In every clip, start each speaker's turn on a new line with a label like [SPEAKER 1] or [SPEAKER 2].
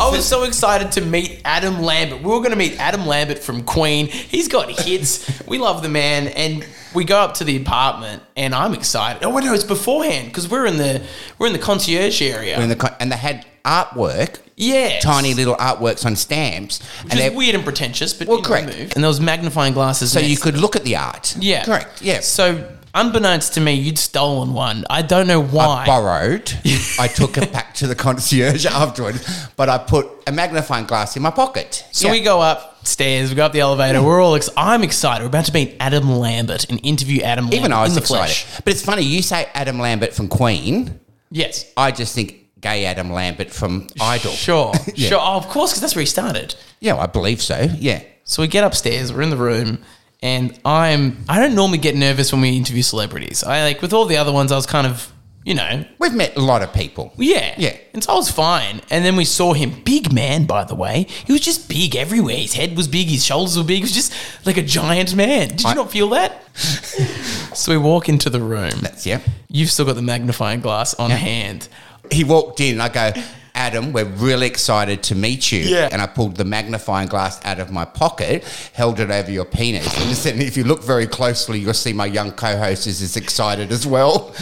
[SPEAKER 1] was so excited to meet Adam Lambert. We were going to meet Adam Lambert from Queen. He's got hits. we love the man, and we go up to the apartment, and I'm excited. Oh, wait, no, it's beforehand because we're in the we're in the concierge area.
[SPEAKER 2] And, the, co- and they had artwork,
[SPEAKER 1] yeah,
[SPEAKER 2] tiny little artworks on stamps. and
[SPEAKER 1] Which
[SPEAKER 2] they-
[SPEAKER 1] is weird and pretentious, but
[SPEAKER 2] Well,
[SPEAKER 1] you know,
[SPEAKER 2] correct.
[SPEAKER 1] move. And there was magnifying glasses.
[SPEAKER 2] So you
[SPEAKER 1] next.
[SPEAKER 2] could look at the art.
[SPEAKER 1] yeah,
[SPEAKER 2] Correct. Yeah.
[SPEAKER 1] So unbeknownst to me, you'd stolen one. I don't know why.
[SPEAKER 2] I borrowed. I took it back to the concierge afterwards, but I put a magnifying glass in my pocket.
[SPEAKER 1] So
[SPEAKER 2] Yeah.
[SPEAKER 1] we go upstairs, we go up the elevator. We're all ex- I'm excited. We're about to meet Adam Lambert and interview Adam Lambert
[SPEAKER 2] Even I
[SPEAKER 1] in
[SPEAKER 2] was
[SPEAKER 1] the
[SPEAKER 2] excited.
[SPEAKER 1] flesh.
[SPEAKER 2] But it's funny, you say Adam Lambert from Queen.
[SPEAKER 1] Yes.
[SPEAKER 2] I just think gay Adam Lambert from Idol.
[SPEAKER 1] Sure.
[SPEAKER 2] Yeah.
[SPEAKER 1] Sure. Oh, of course, because that's where he started.
[SPEAKER 2] Yeah, I believe so. Yeah.
[SPEAKER 1] So we get upstairs, we're in the room, and I'm I don't normally get nervous when we interview celebrities. I like with all the other ones I was kind of, you know,
[SPEAKER 2] We've met a lot of people.
[SPEAKER 1] yeah.
[SPEAKER 2] Yeah.
[SPEAKER 1] And so I was fine. And then we saw him, big man, by the way. He was just big everywhere. His head was big, his shoulders were big. He was just like a giant man. Did you
[SPEAKER 2] I-
[SPEAKER 1] not feel that? so we walk into the room.
[SPEAKER 2] That's, yeah.
[SPEAKER 1] You've still got the magnifying glass on hand.
[SPEAKER 2] He walked in and I go, Adam, we're really excited to meet you.
[SPEAKER 1] Yeah.
[SPEAKER 2] And I pulled the magnifying glass out of my pocket, held it over your penis, and said, if you look very closely, you'll see my young co-host is as excited as well.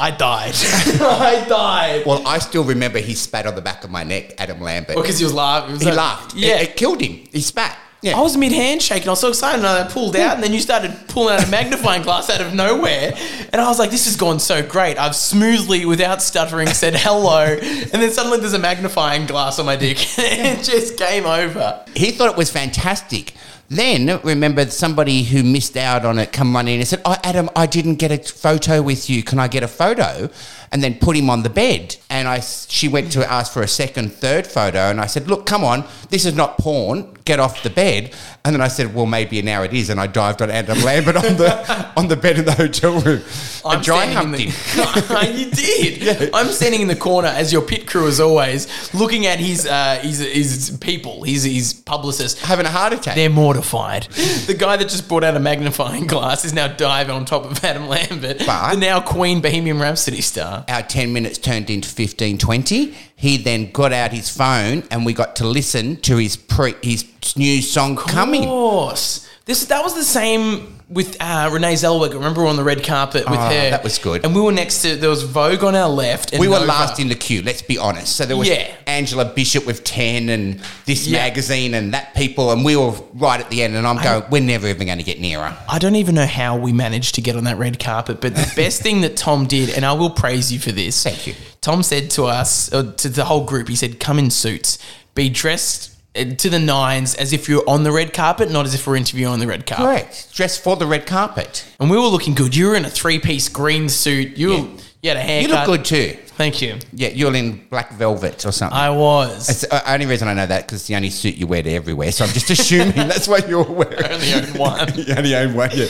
[SPEAKER 1] I died. I died.
[SPEAKER 2] Well, I still remember he spat on the back of my neck, Adam Lambert.
[SPEAKER 1] Because he was laughing.
[SPEAKER 2] he laughed.
[SPEAKER 1] Yeah.
[SPEAKER 2] It, it killed him. He spat. Yeah.
[SPEAKER 1] I was mid handshake and I was so excited and I pulled out and then you started pulling out a magnifying glass out of nowhere and I was like, this has gone so great. I've smoothly, without stuttering, said hello and then suddenly there's a magnifying glass on my dick and it just game over.
[SPEAKER 2] he thought it was fantastic. Then remember somebody who missed out on it come running in and said, "Oh, Adam, I didn't get a photo with you. Can I get a photo?" And then put him on the bed. And I, she went to ask for a second, third photo, and I said, "Look, come on, this is not porn. Get off the bed." And then I said, "Well, maybe now it is." And I dived on Adam Lambert on the on the bed in the hotel room. I dry
[SPEAKER 1] standing
[SPEAKER 2] humped
[SPEAKER 1] in
[SPEAKER 2] him.
[SPEAKER 1] the, you did. I'm standing in the corner as your pit crew, as always, looking at his uh, his, his people, his his publicist.
[SPEAKER 2] having a heart attack.
[SPEAKER 1] They're mortified. The guy that just brought out a magnifying glass is now diving on top of Adam Lambert,
[SPEAKER 2] But-
[SPEAKER 1] the now Queen Bohemian Rhapsody star.
[SPEAKER 2] our 10 minutes turned into 15 20 he then got out his phone and we got to listen to his pre his new song
[SPEAKER 1] Of
[SPEAKER 2] coming
[SPEAKER 1] course. This, that was the same with uh, Renee Zellweger. Remember on the red carpet with
[SPEAKER 2] Ah,
[SPEAKER 1] her?
[SPEAKER 2] that was good.
[SPEAKER 1] And we were next to, there was Vogue on our left. And
[SPEAKER 2] we were
[SPEAKER 1] Nova.
[SPEAKER 2] last in the queue let's be honest so there was
[SPEAKER 1] Yeah.
[SPEAKER 2] angela bishop with 10 and this
[SPEAKER 1] Yeah.
[SPEAKER 2] magazine and that people and we were right at the end and i'm going we're never even going to get nearer
[SPEAKER 1] I don't even know how we managed to get on that red carpet, but the best thing that Tom did, and I will praise you for this.
[SPEAKER 2] Thank you.
[SPEAKER 1] Tom said to us, or to the whole group, he said, "Come in suits, be dressed uh, to the nines, as if you're on the red carpet, not as if we're interviewing on the red carpet."
[SPEAKER 2] correct dressed for the red carpet
[SPEAKER 1] And we were looking good. You were in a three-piece green suit. You, were, you had a
[SPEAKER 2] you
[SPEAKER 1] haircut.
[SPEAKER 2] look good too
[SPEAKER 1] Thank you.
[SPEAKER 2] yeah you're in black velvet or something
[SPEAKER 1] I was.
[SPEAKER 2] it's the only reason I know that because it's the only suit you wear to everywhere. So I'm just assuming that's what you're wearing.
[SPEAKER 1] only own one.
[SPEAKER 2] you only own one, yeah.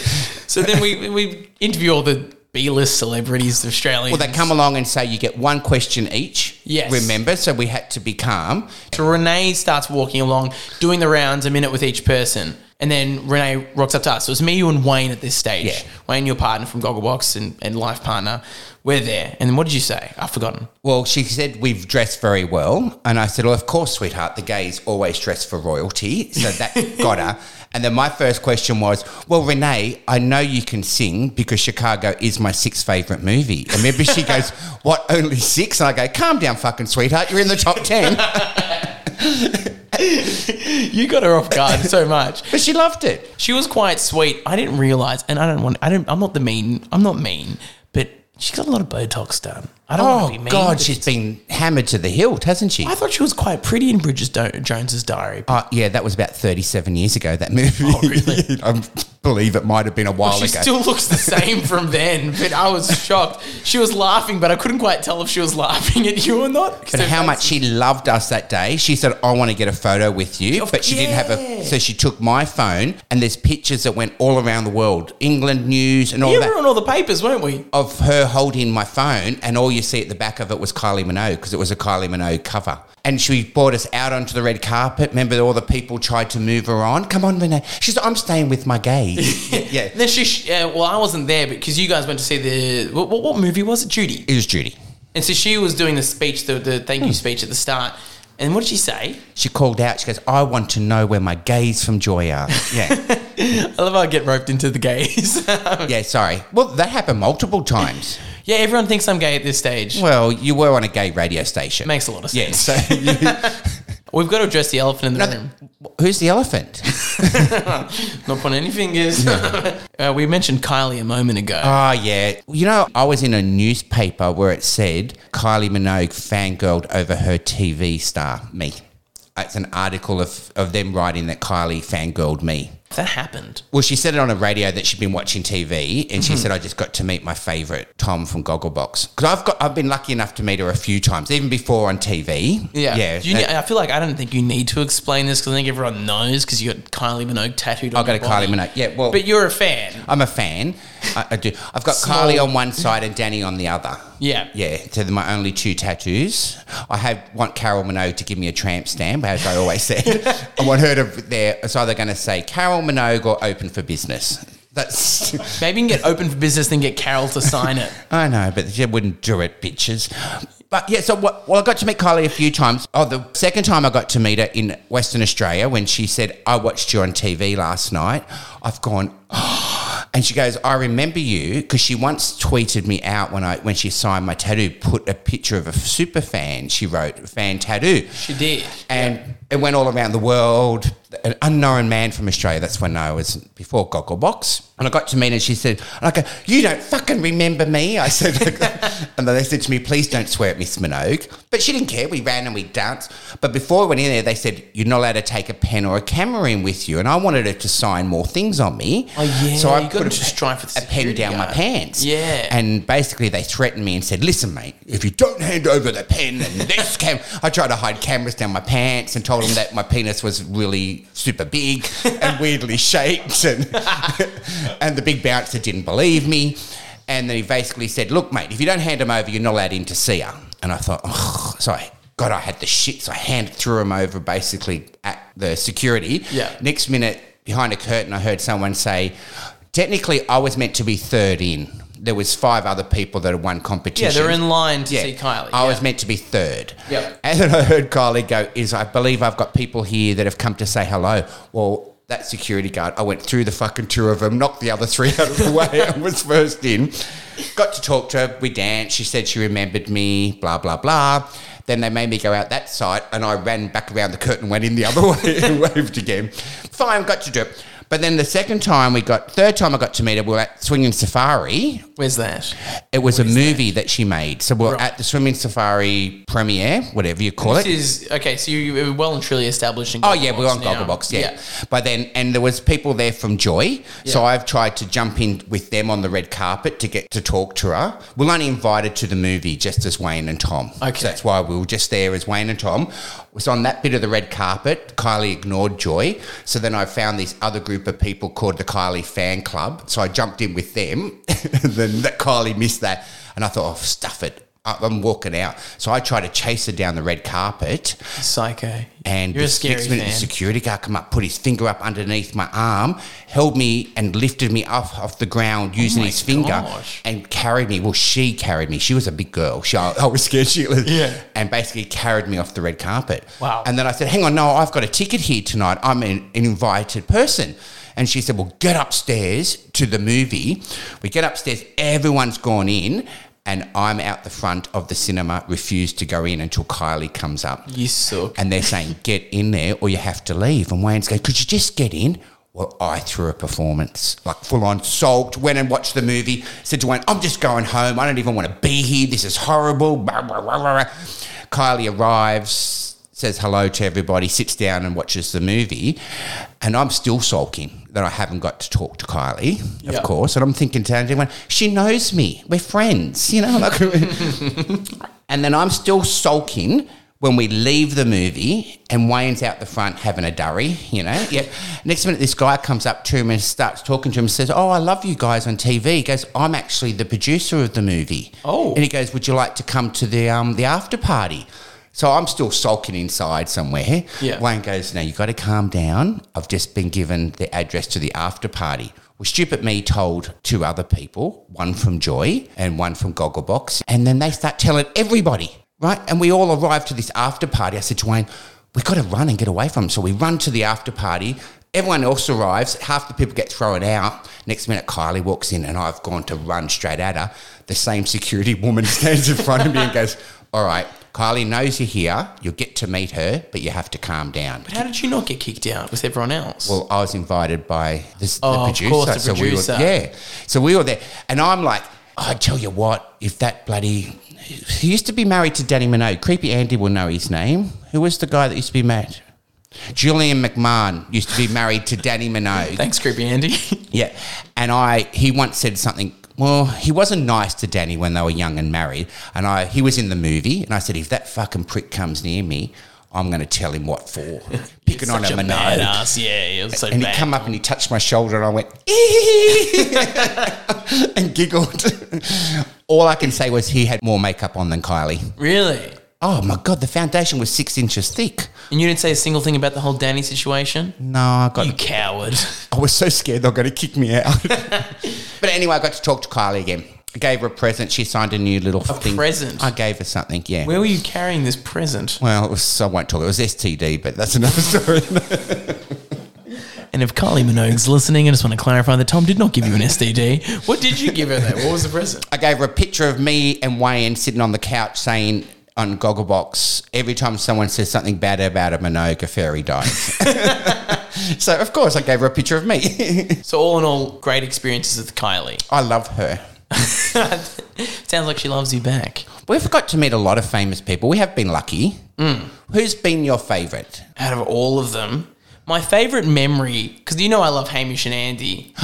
[SPEAKER 1] So then we we interview all the B-list celebrities, the Australians.
[SPEAKER 2] Well, they come along and say you get one question each.
[SPEAKER 1] Yes.
[SPEAKER 2] Remember, so we had to be calm.
[SPEAKER 1] So Renee starts walking along, doing the rounds a minute with each person. And then Renee rocks up to us. So it's me, you, and Wayne at this stage.
[SPEAKER 2] Yeah.
[SPEAKER 1] Wayne, your partner from Gogglebox and, and life partner. We're there. And then what did you say? I've forgotten.
[SPEAKER 2] Well, she said we've dressed very well, and I said, "Well, of course, sweetheart. The gays always dress for royalty, so that got her." And then my first question was, "Well, Renee, I know you can sing because Chicago is my sixth favorite movie." And remember, she goes, "What? Only six? And I go, "Calm down, fucking sweetheart. You're in the top ten.
[SPEAKER 1] You got her off guard so much.
[SPEAKER 2] But she loved it.
[SPEAKER 1] She was quite sweet. I didn't realize, and I don't want. I don't. I'm not the mean. I'm not mean, but she's got a lot of Botox done. I don't want
[SPEAKER 2] Oh
[SPEAKER 1] to be mean.
[SPEAKER 2] God,
[SPEAKER 1] but
[SPEAKER 2] she's been hammered to the hilt, hasn't she?
[SPEAKER 1] I thought she was quite pretty in Bridges Do- Jones's Diary.
[SPEAKER 2] Uh, yeah, that was about 37 years ago, that movie.
[SPEAKER 1] Oh, really?
[SPEAKER 2] I believe it might have been a while
[SPEAKER 1] She
[SPEAKER 2] ago.
[SPEAKER 1] still looks the same from then, but I was shocked. She was laughing, but I couldn't quite tell if she was laughing at you or not. 'cause
[SPEAKER 2] but
[SPEAKER 1] her
[SPEAKER 2] how
[SPEAKER 1] face-
[SPEAKER 2] much she loved us that day. She said, I want to get a photo with you. But she didn't have a.
[SPEAKER 1] yeah.
[SPEAKER 2] So she took my phone, and there's pictures that went all around the world England news and all
[SPEAKER 1] Yeah, we
[SPEAKER 2] that.
[SPEAKER 1] were on all the papers, weren't we?
[SPEAKER 2] Of her holding my phone, and all you see at the back of it was Kylie Minogue because it was a Kylie Minogue cover. And she brought us out onto the red carpet. Remember, all the people tried to move her on. Come on, Renee. She's like, I'm staying with my gays. yeah.
[SPEAKER 1] And then she, sh- uh, well, I wasn't there because you guys went to see the what, what, what movie was it? Judy.
[SPEAKER 2] It was Judy. Hmm.
[SPEAKER 1] And so she was doing the speech, the, the thank you speech at the start. And what did she say?
[SPEAKER 2] She called out. She goes, "I want to know where my gays from Joy are." Yeah,
[SPEAKER 1] I love how I get roped into the gays.
[SPEAKER 2] yeah. Sorry. Well, that happened multiple times.
[SPEAKER 1] yeah, everyone thinks I'm gay at this stage.
[SPEAKER 2] Well, you were on a gay radio station.
[SPEAKER 1] Makes a lot of
[SPEAKER 2] yeah.
[SPEAKER 1] sense.
[SPEAKER 2] So
[SPEAKER 1] We've got to address the elephant in the room.
[SPEAKER 2] who's the elephant?
[SPEAKER 1] Not point any fingers. uh, we mentioned Kylie a moment ago.
[SPEAKER 2] Oh, yeah. You know, I was in a newspaper where it said Kylie Minogue fangirled over her TV star, me. It's an article of, of them writing that Kylie fangirled me.
[SPEAKER 1] that happened.
[SPEAKER 2] Well, she said it on a radio that she'd been watching TV, and
[SPEAKER 1] Mm-hmm.
[SPEAKER 2] she said, "I just got to meet my favorite Tom from Gogglebox because I've got I've been lucky enough to meet her a few times, even before on TV.
[SPEAKER 1] Yeah.
[SPEAKER 2] yeah. Uh,
[SPEAKER 1] Do You, ne- I feel like I don't think you need to explain this because I think everyone knows because you got Kylie Minogue tattooed on
[SPEAKER 2] I got a
[SPEAKER 1] your body.
[SPEAKER 2] Kylie Minogue. Yeah, well,
[SPEAKER 1] But you're a fan.
[SPEAKER 2] I'm a fan. I, I do. I've got
[SPEAKER 1] Small.
[SPEAKER 2] Kylie on one side and Danny on the other.
[SPEAKER 1] Yeah.
[SPEAKER 2] Yeah, so they're my only two tattoos. I have want Carol Minogue to give me a tramp stamp, as I always said. I want her to there. It's either going to say Carol Minogue or open for business. That's
[SPEAKER 1] Maybe you can get open for business, then get Carol to sign it.
[SPEAKER 2] I know, but she wouldn't do it, bitches. But yeah, so what, well, I got to meet Kylie a few times. Oh, the second time I got to meet her in Western Australia when she said, I watched you on TV last night. I've gone, and she goes, I remember you because she once tweeted me out when I when she signed my tattoo, put a picture of a super fan. She wrote, fan tattoo
[SPEAKER 1] She did.
[SPEAKER 2] and it went all around the world. An unknown man from Australia. That's when I was before Gogglebox, and I got to meet her. And she said, and "I go, you don't fucking remember me." I said, and they said to me, "Please don't swear at Miss Minogue." But she didn't care. We ran and we danced. But before I went in there, they said, "You're not allowed to take a pen or a camera in with you." And I wanted her to sign more things on me.
[SPEAKER 1] Oh, yeah,
[SPEAKER 2] So I
[SPEAKER 1] you got
[SPEAKER 2] put a,
[SPEAKER 1] into strife with the
[SPEAKER 2] a pen
[SPEAKER 1] security
[SPEAKER 2] down my
[SPEAKER 1] guard.
[SPEAKER 2] pants.
[SPEAKER 1] Yeah.
[SPEAKER 2] And basically, they threatened me and said, "Listen, mate, if you don't hand over the pen and this cam," I tried to hide cameras down my pants and told them that my penis was really super big and weirdly shaped, and and the big bouncer didn't believe me, and then he basically said, "Look, mate, if you don't hand them over, you're not allowed in to see her." And I thought, oh, so I, God, I had the shits. I handed threw them over basically at the security.
[SPEAKER 1] Yeah.
[SPEAKER 2] Next minute, behind a curtain, I heard someone say, "Technically, I was meant to be third in." There was five other people that had won
[SPEAKER 1] Yeah,
[SPEAKER 2] competitions.
[SPEAKER 1] they're in line to
[SPEAKER 2] Yeah.
[SPEAKER 1] see Kylie.
[SPEAKER 2] I
[SPEAKER 1] yeah.
[SPEAKER 2] was meant to be third.
[SPEAKER 1] Yep.
[SPEAKER 2] And then I heard Kylie go, "Is I believe I've got people here that have come to say hello." Well, that security guard, I went through the fucking two of them, knocked the other three out of the way, and was first in. Got to talk to her. We danced. She said she remembered me. Blah blah blah. Then they made me go out that side, and I ran back around the curtain, went in the other way, and waved again. Fine, got to do it. But then the second time we got, third time I got to meet her, we were at Swinging Safari.
[SPEAKER 1] Where's that?
[SPEAKER 2] It was a movie that? she made. So we're
[SPEAKER 1] Right.
[SPEAKER 2] at the Swimming Safari premiere, whatever you call
[SPEAKER 1] This
[SPEAKER 2] it.
[SPEAKER 1] is okay. So you you were well and truly established in.
[SPEAKER 2] Oh yeah, we're on
[SPEAKER 1] now.
[SPEAKER 2] Gogglebox, yeah. But then, and there was people there from Joy, so
[SPEAKER 1] Yeah.
[SPEAKER 2] I've tried to jump in with them on the red carpet to get to talk to her. We're only invited to the movie just as Wayne and Tom.
[SPEAKER 1] Okay.
[SPEAKER 2] so that's why we were just there as Wayne and Tom. Was on that bit of the red carpet. Kylie ignored Joy, so then I found this other group of people called the Kylie Fan Club. So I jumped in with them. and then that Kylie missed that, and I thought, oh, stuff it. I- I'm walking out. So I tried to chase her down the red carpet.
[SPEAKER 1] Psycho.
[SPEAKER 2] And
[SPEAKER 1] you're a
[SPEAKER 2] the
[SPEAKER 1] scary
[SPEAKER 2] next minute,
[SPEAKER 1] fan.
[SPEAKER 2] the security guard come up, put his finger up underneath my arm, held me and lifted me off off the ground using
[SPEAKER 1] Oh my
[SPEAKER 2] his finger,
[SPEAKER 1] gosh.
[SPEAKER 2] and carried me. Well, she carried me. She was a big girl. She, I, I was scared. She was,
[SPEAKER 1] Yeah.
[SPEAKER 2] and basically carried me off the red carpet.
[SPEAKER 1] Wow.
[SPEAKER 2] And then I said, "Hang on, no, I've got a ticket here tonight. I'm an, an invited person." And she said, "Well, get upstairs to the movie." We get upstairs. Everyone's gone in. And I'm out the front of the cinema, refused to go in until Kylie comes up
[SPEAKER 1] you suck.
[SPEAKER 2] and they're saying, get in there or you have to leave. And Wayne's going, could you just get in? Well, I threw a performance, like full on sulked, went and watched the movie, said to Wayne, I'm just going home. I don't even want to be here. This is horrible. Blah, blah, blah, blah, blah. Kylie arrives, says hello to everybody, sits down and watches the movie. And I'm still sulking that I haven't got to talk to Kylie,
[SPEAKER 1] Yeah.
[SPEAKER 2] of course. And I'm thinking to everyone, she knows me. We're friends, you know? Like, and then I'm still sulking when we leave the movie and Wayne's out the front having a durry, you know? Yep. Next minute, this guy comes up to him and starts talking to him and says, Oh, I love you guys on TV. He goes, I'm actually the producer of the movie.
[SPEAKER 1] Oh.
[SPEAKER 2] And he goes, Would you like to come to the, um, the after party? So I'm still sulking inside somewhere.
[SPEAKER 1] Yeah.
[SPEAKER 2] Wayne goes, Now you got to calm down. I've just been given the address to the after party. Well, stupid me told two other people, one from Joy and one from Gogglebox, and then they start telling everybody. right? And we all arrived to this after party. I said to Wayne, we've got to run and get away from him. So we run to the after party. Everyone else arrives. Half the people get thrown out. Next minute, Kylie walks in and I've gone to run straight at her. The same security woman stands in front of me and goes, all right, Kylie knows you're here. You'll get to meet her, but you have to calm down.
[SPEAKER 1] But how did you not get kicked out with everyone else?
[SPEAKER 2] Well, I was invited by this,
[SPEAKER 1] Oh,
[SPEAKER 2] the
[SPEAKER 1] of
[SPEAKER 2] producer.
[SPEAKER 1] course, the
[SPEAKER 2] so
[SPEAKER 1] producer.
[SPEAKER 2] We were, yeah. So we were there. And I'm like, I tell you what, if that bloody. He used to be married to Danny Minogue. Creepy Andy will know his name. Who was the guy that used to be married? Julian McMahon used to be married to Danny Minogue.
[SPEAKER 1] Thanks, creepy Andy.
[SPEAKER 2] Yeah. And I he once said something well, he wasn't nice to Danny when they were young and married. And I he was in the movie and I said, if that fucking prick comes near me, I'm gonna tell him what for. Picking on
[SPEAKER 1] Such
[SPEAKER 2] a
[SPEAKER 1] a
[SPEAKER 2] Minogue.
[SPEAKER 1] badass. Yeah, yeah, it was so
[SPEAKER 2] And
[SPEAKER 1] bad.
[SPEAKER 2] he come up and he touched my shoulder and I went, "Eeeh," and giggled. All I can say was he had more makeup on than Kylie.
[SPEAKER 1] really?
[SPEAKER 2] Oh my God, the foundation was six inches thick.
[SPEAKER 1] And you didn't say a single thing about the whole Danny situation?
[SPEAKER 2] No, I got
[SPEAKER 1] You coward.
[SPEAKER 2] I was so scared they were going to kick me out. but anyway, I got to talk to Kylie again. I gave her a present. She signed a new little thing.
[SPEAKER 1] present?
[SPEAKER 2] I gave her something. Yeah.
[SPEAKER 1] Where were you carrying this present?
[SPEAKER 2] well, it was, I won't talk. It was STD, but that's another story.
[SPEAKER 1] And if Carly Minogue's listening, I just want to clarify that Tom did not give you an STD. What did you give her though? What was the present?
[SPEAKER 2] I gave her a picture of me and Wayne sitting on the couch saying on Gogglebox, every time someone says something bad about a Minogue, a fairy dies. so, of course, I gave her a picture of me.
[SPEAKER 1] So all in all, great experiences with Kylie.
[SPEAKER 2] I love her.
[SPEAKER 1] Sounds like she loves you back.
[SPEAKER 2] We've got to meet a lot of famous people. We have been lucky.
[SPEAKER 1] Mm.
[SPEAKER 2] Who's been your favourite?
[SPEAKER 1] Out of all of them, my favorite memory, because you know I love Hamish and Andy.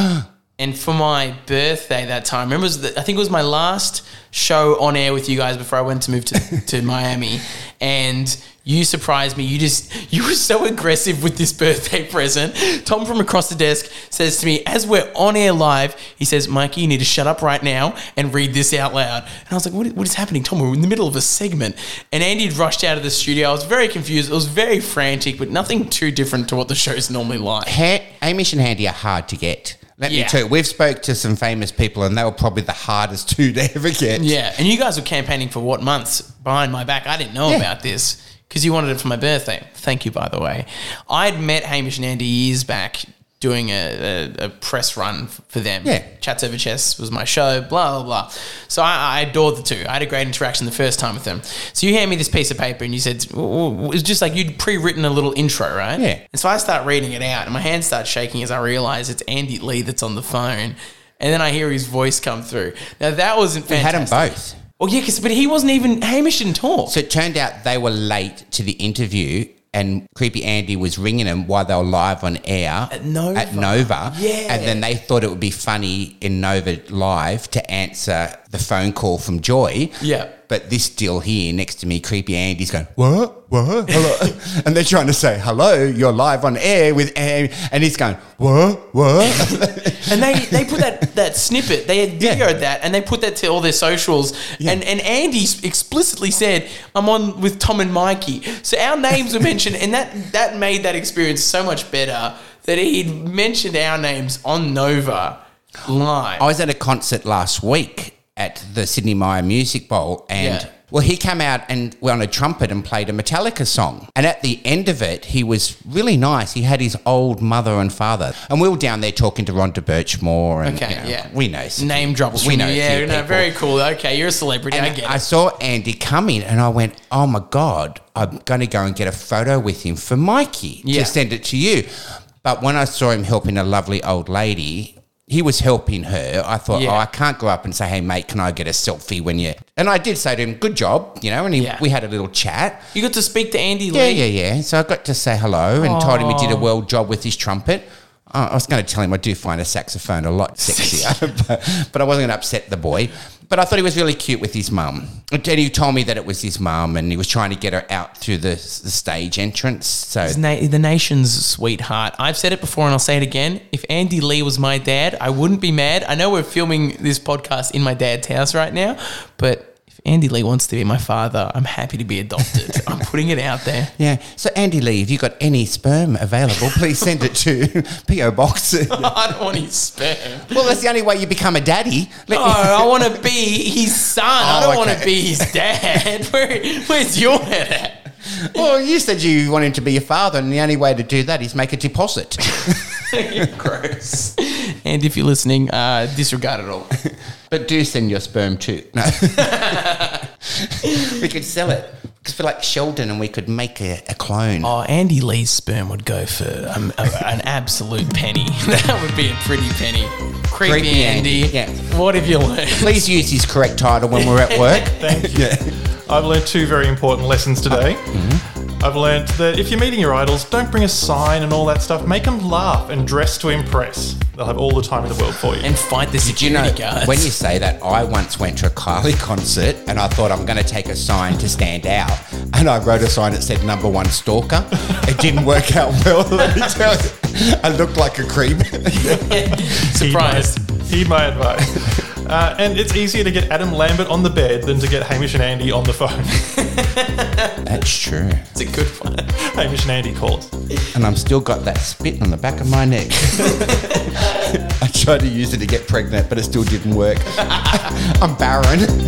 [SPEAKER 1] and for my birthday that time, remember, it was the, I think it was my last show on air with you guys before I went to move to, to Miami. And you surprised me. You just, you were so aggressive with this birthday present. Tom from across the desk says to me, as we're on air live, he says, Mikey, you need to shut up right now and read this out loud. And I was like, what is, what is happening, Tom? We're in the middle of a segment. And Andy had rushed out of the studio. I was very confused. It was very frantic, but nothing too different to what the show's normally like.
[SPEAKER 2] ha- Amish and Handy are hard to get. Let me
[SPEAKER 1] Yeah.
[SPEAKER 2] tell you, we've spoke to some famous people, and they were probably the hardest two to ever get.
[SPEAKER 1] Yeah, and you guys were campaigning for what months behind my back? I didn't know
[SPEAKER 2] Yeah.
[SPEAKER 1] about this because you wanted it for my birthday. Thank you, by the way. I'd met Hamish and Andy years back doing a, a, a press run f- for them.
[SPEAKER 2] Yeah.
[SPEAKER 1] Chats Over Chess was my show, blah, blah, blah. So I, I adored the two. I had a great interaction the first time with them. So you hand me this piece of paper and you said, "W- w- it's just like you'd pre written a little intro, right?
[SPEAKER 2] Yeah.
[SPEAKER 1] And so I start reading it out, and my hands start shaking as I realize it's Andy Lee that's on the phone. And then I hear his voice come through. Now that wasn't
[SPEAKER 2] We had
[SPEAKER 1] fantastic.
[SPEAKER 2] them both.
[SPEAKER 1] Well, yeah, because but he wasn't even Hamish didn't talk.
[SPEAKER 2] So it turned out they were late to the interview, and Creepy Andy was ringing them while they were live on air at
[SPEAKER 1] Nova.
[SPEAKER 2] At Nova.
[SPEAKER 1] Yeah.
[SPEAKER 2] And then they thought it would be funny in Nova Live to answer the phone call from Joy.
[SPEAKER 1] Yeah.
[SPEAKER 2] But this deal here next to me, Creepy Andy's going, what? What? Hello? and they're trying to say, hello, you're live on air with Andy. And he's going, what? What?
[SPEAKER 1] and they, they put that, that snippet, they had
[SPEAKER 2] Yeah.
[SPEAKER 1] videoed that, and they put that to all their socials. And, and Andy explicitly said, I'm on with Tom and Mikey. So our names were mentioned, and that, that made that experience so much better that he'd mentioned our names on Nova live.
[SPEAKER 2] I was at a concert last week at the Sydney Meyer Music Bowl, and
[SPEAKER 1] Yeah.
[SPEAKER 2] well, he came out and went on a trumpet and played a Metallica song. And at the end of it, he was really nice. He had his old mother and father, and we were down there talking to Rhonda Birchmore. And,
[SPEAKER 1] Okay,
[SPEAKER 2] you know,
[SPEAKER 1] yeah.
[SPEAKER 2] we know some
[SPEAKER 1] Name drops
[SPEAKER 2] We
[SPEAKER 1] from
[SPEAKER 2] know
[SPEAKER 1] you.
[SPEAKER 2] a
[SPEAKER 1] Yeah,
[SPEAKER 2] few
[SPEAKER 1] no,
[SPEAKER 2] people.
[SPEAKER 1] very cool. Okay, you're a celebrity. I
[SPEAKER 2] And
[SPEAKER 1] get
[SPEAKER 2] I
[SPEAKER 1] it.
[SPEAKER 2] saw Andy coming and I went, oh my God, I'm going to go and get a photo with him for Mikey
[SPEAKER 1] Yeah.
[SPEAKER 2] to send it to you. But when I saw him helping a lovely old lady, he was helping her. I thought,
[SPEAKER 1] Yeah.
[SPEAKER 2] oh, I can't go up and say, hey, mate, can I get a selfie when you. And I did say to him, good job, you know, and he,
[SPEAKER 1] Yeah.
[SPEAKER 2] we had a little chat.
[SPEAKER 1] You got to speak to Andy
[SPEAKER 2] Yeah,
[SPEAKER 1] Lee.
[SPEAKER 2] yeah, yeah. So I got to say hello and told him he did a well job with his trumpet. I I was going to tell him I do find a saxophone a lot sexier, but, but I wasn't going to upset the boy. But I thought he was really cute with his mum. And he told me that it was his mum and he was trying to get her out through the, the stage entrance. So
[SPEAKER 1] He's na- the nation's sweetheart. I've said it before and I'll say it again. If Andy Lee was my dad, I wouldn't be mad. I know we're filming this podcast in my dad's house right now, but if If Andy Lee wants to be my father, I'm happy to be adopted. I'm putting it out there.
[SPEAKER 2] Yeah. So, Andy Lee, if you've got any sperm available, please send it to P.O. Box. well,
[SPEAKER 1] I don't want his sperm.
[SPEAKER 2] that's the only way you become a daddy. Let-
[SPEAKER 1] No, Oh, I want to be his son. I
[SPEAKER 2] Oh,
[SPEAKER 1] don't want to
[SPEAKER 2] okay.
[SPEAKER 1] be his dad. Where, where's your head at?
[SPEAKER 2] Well, you said you want him to be your father, and the only way to do that is make a deposit.
[SPEAKER 1] Gross. And if you're listening, uh, disregard it all.
[SPEAKER 2] but do send your sperm too. No. we could sell it. Because we're like Sheldon and we could make a, a clone.
[SPEAKER 1] Oh, Andy Lee's sperm would go for um, a, an absolute penny. That would be a pretty penny. Creepy,
[SPEAKER 2] Creepy
[SPEAKER 1] Andy.
[SPEAKER 2] Andy, yeah.
[SPEAKER 1] What have you learned?
[SPEAKER 2] Please use his correct title when we're at work.
[SPEAKER 3] Thank you. I've learned two very important lessons today. I've learned that if you're meeting your idols, don't bring a sign and all that stuff. Make them laugh and dress to impress. They'll have all the time in the world for you.
[SPEAKER 1] And fight the
[SPEAKER 2] Do you
[SPEAKER 1] security
[SPEAKER 2] know,
[SPEAKER 1] guards.
[SPEAKER 2] when you say that, I once went to a Kylie concert and I thought I'm going to take a sign to stand out. And I wrote a sign that said number one stalker. It didn't work out well, let me tell you. I looked like a creep.
[SPEAKER 1] Surprised.
[SPEAKER 3] Heed my, heed my advice. Uh, and it's easier to get Adam Lambert on the bed than to get Hamish and Andy on the phone.
[SPEAKER 2] That's true.
[SPEAKER 1] It's a good one.
[SPEAKER 3] Hamish and Andy calls.
[SPEAKER 2] And I'm still got that spit on the back of my neck. I tried to use it to get pregnant, but it still didn't work. I'm barren.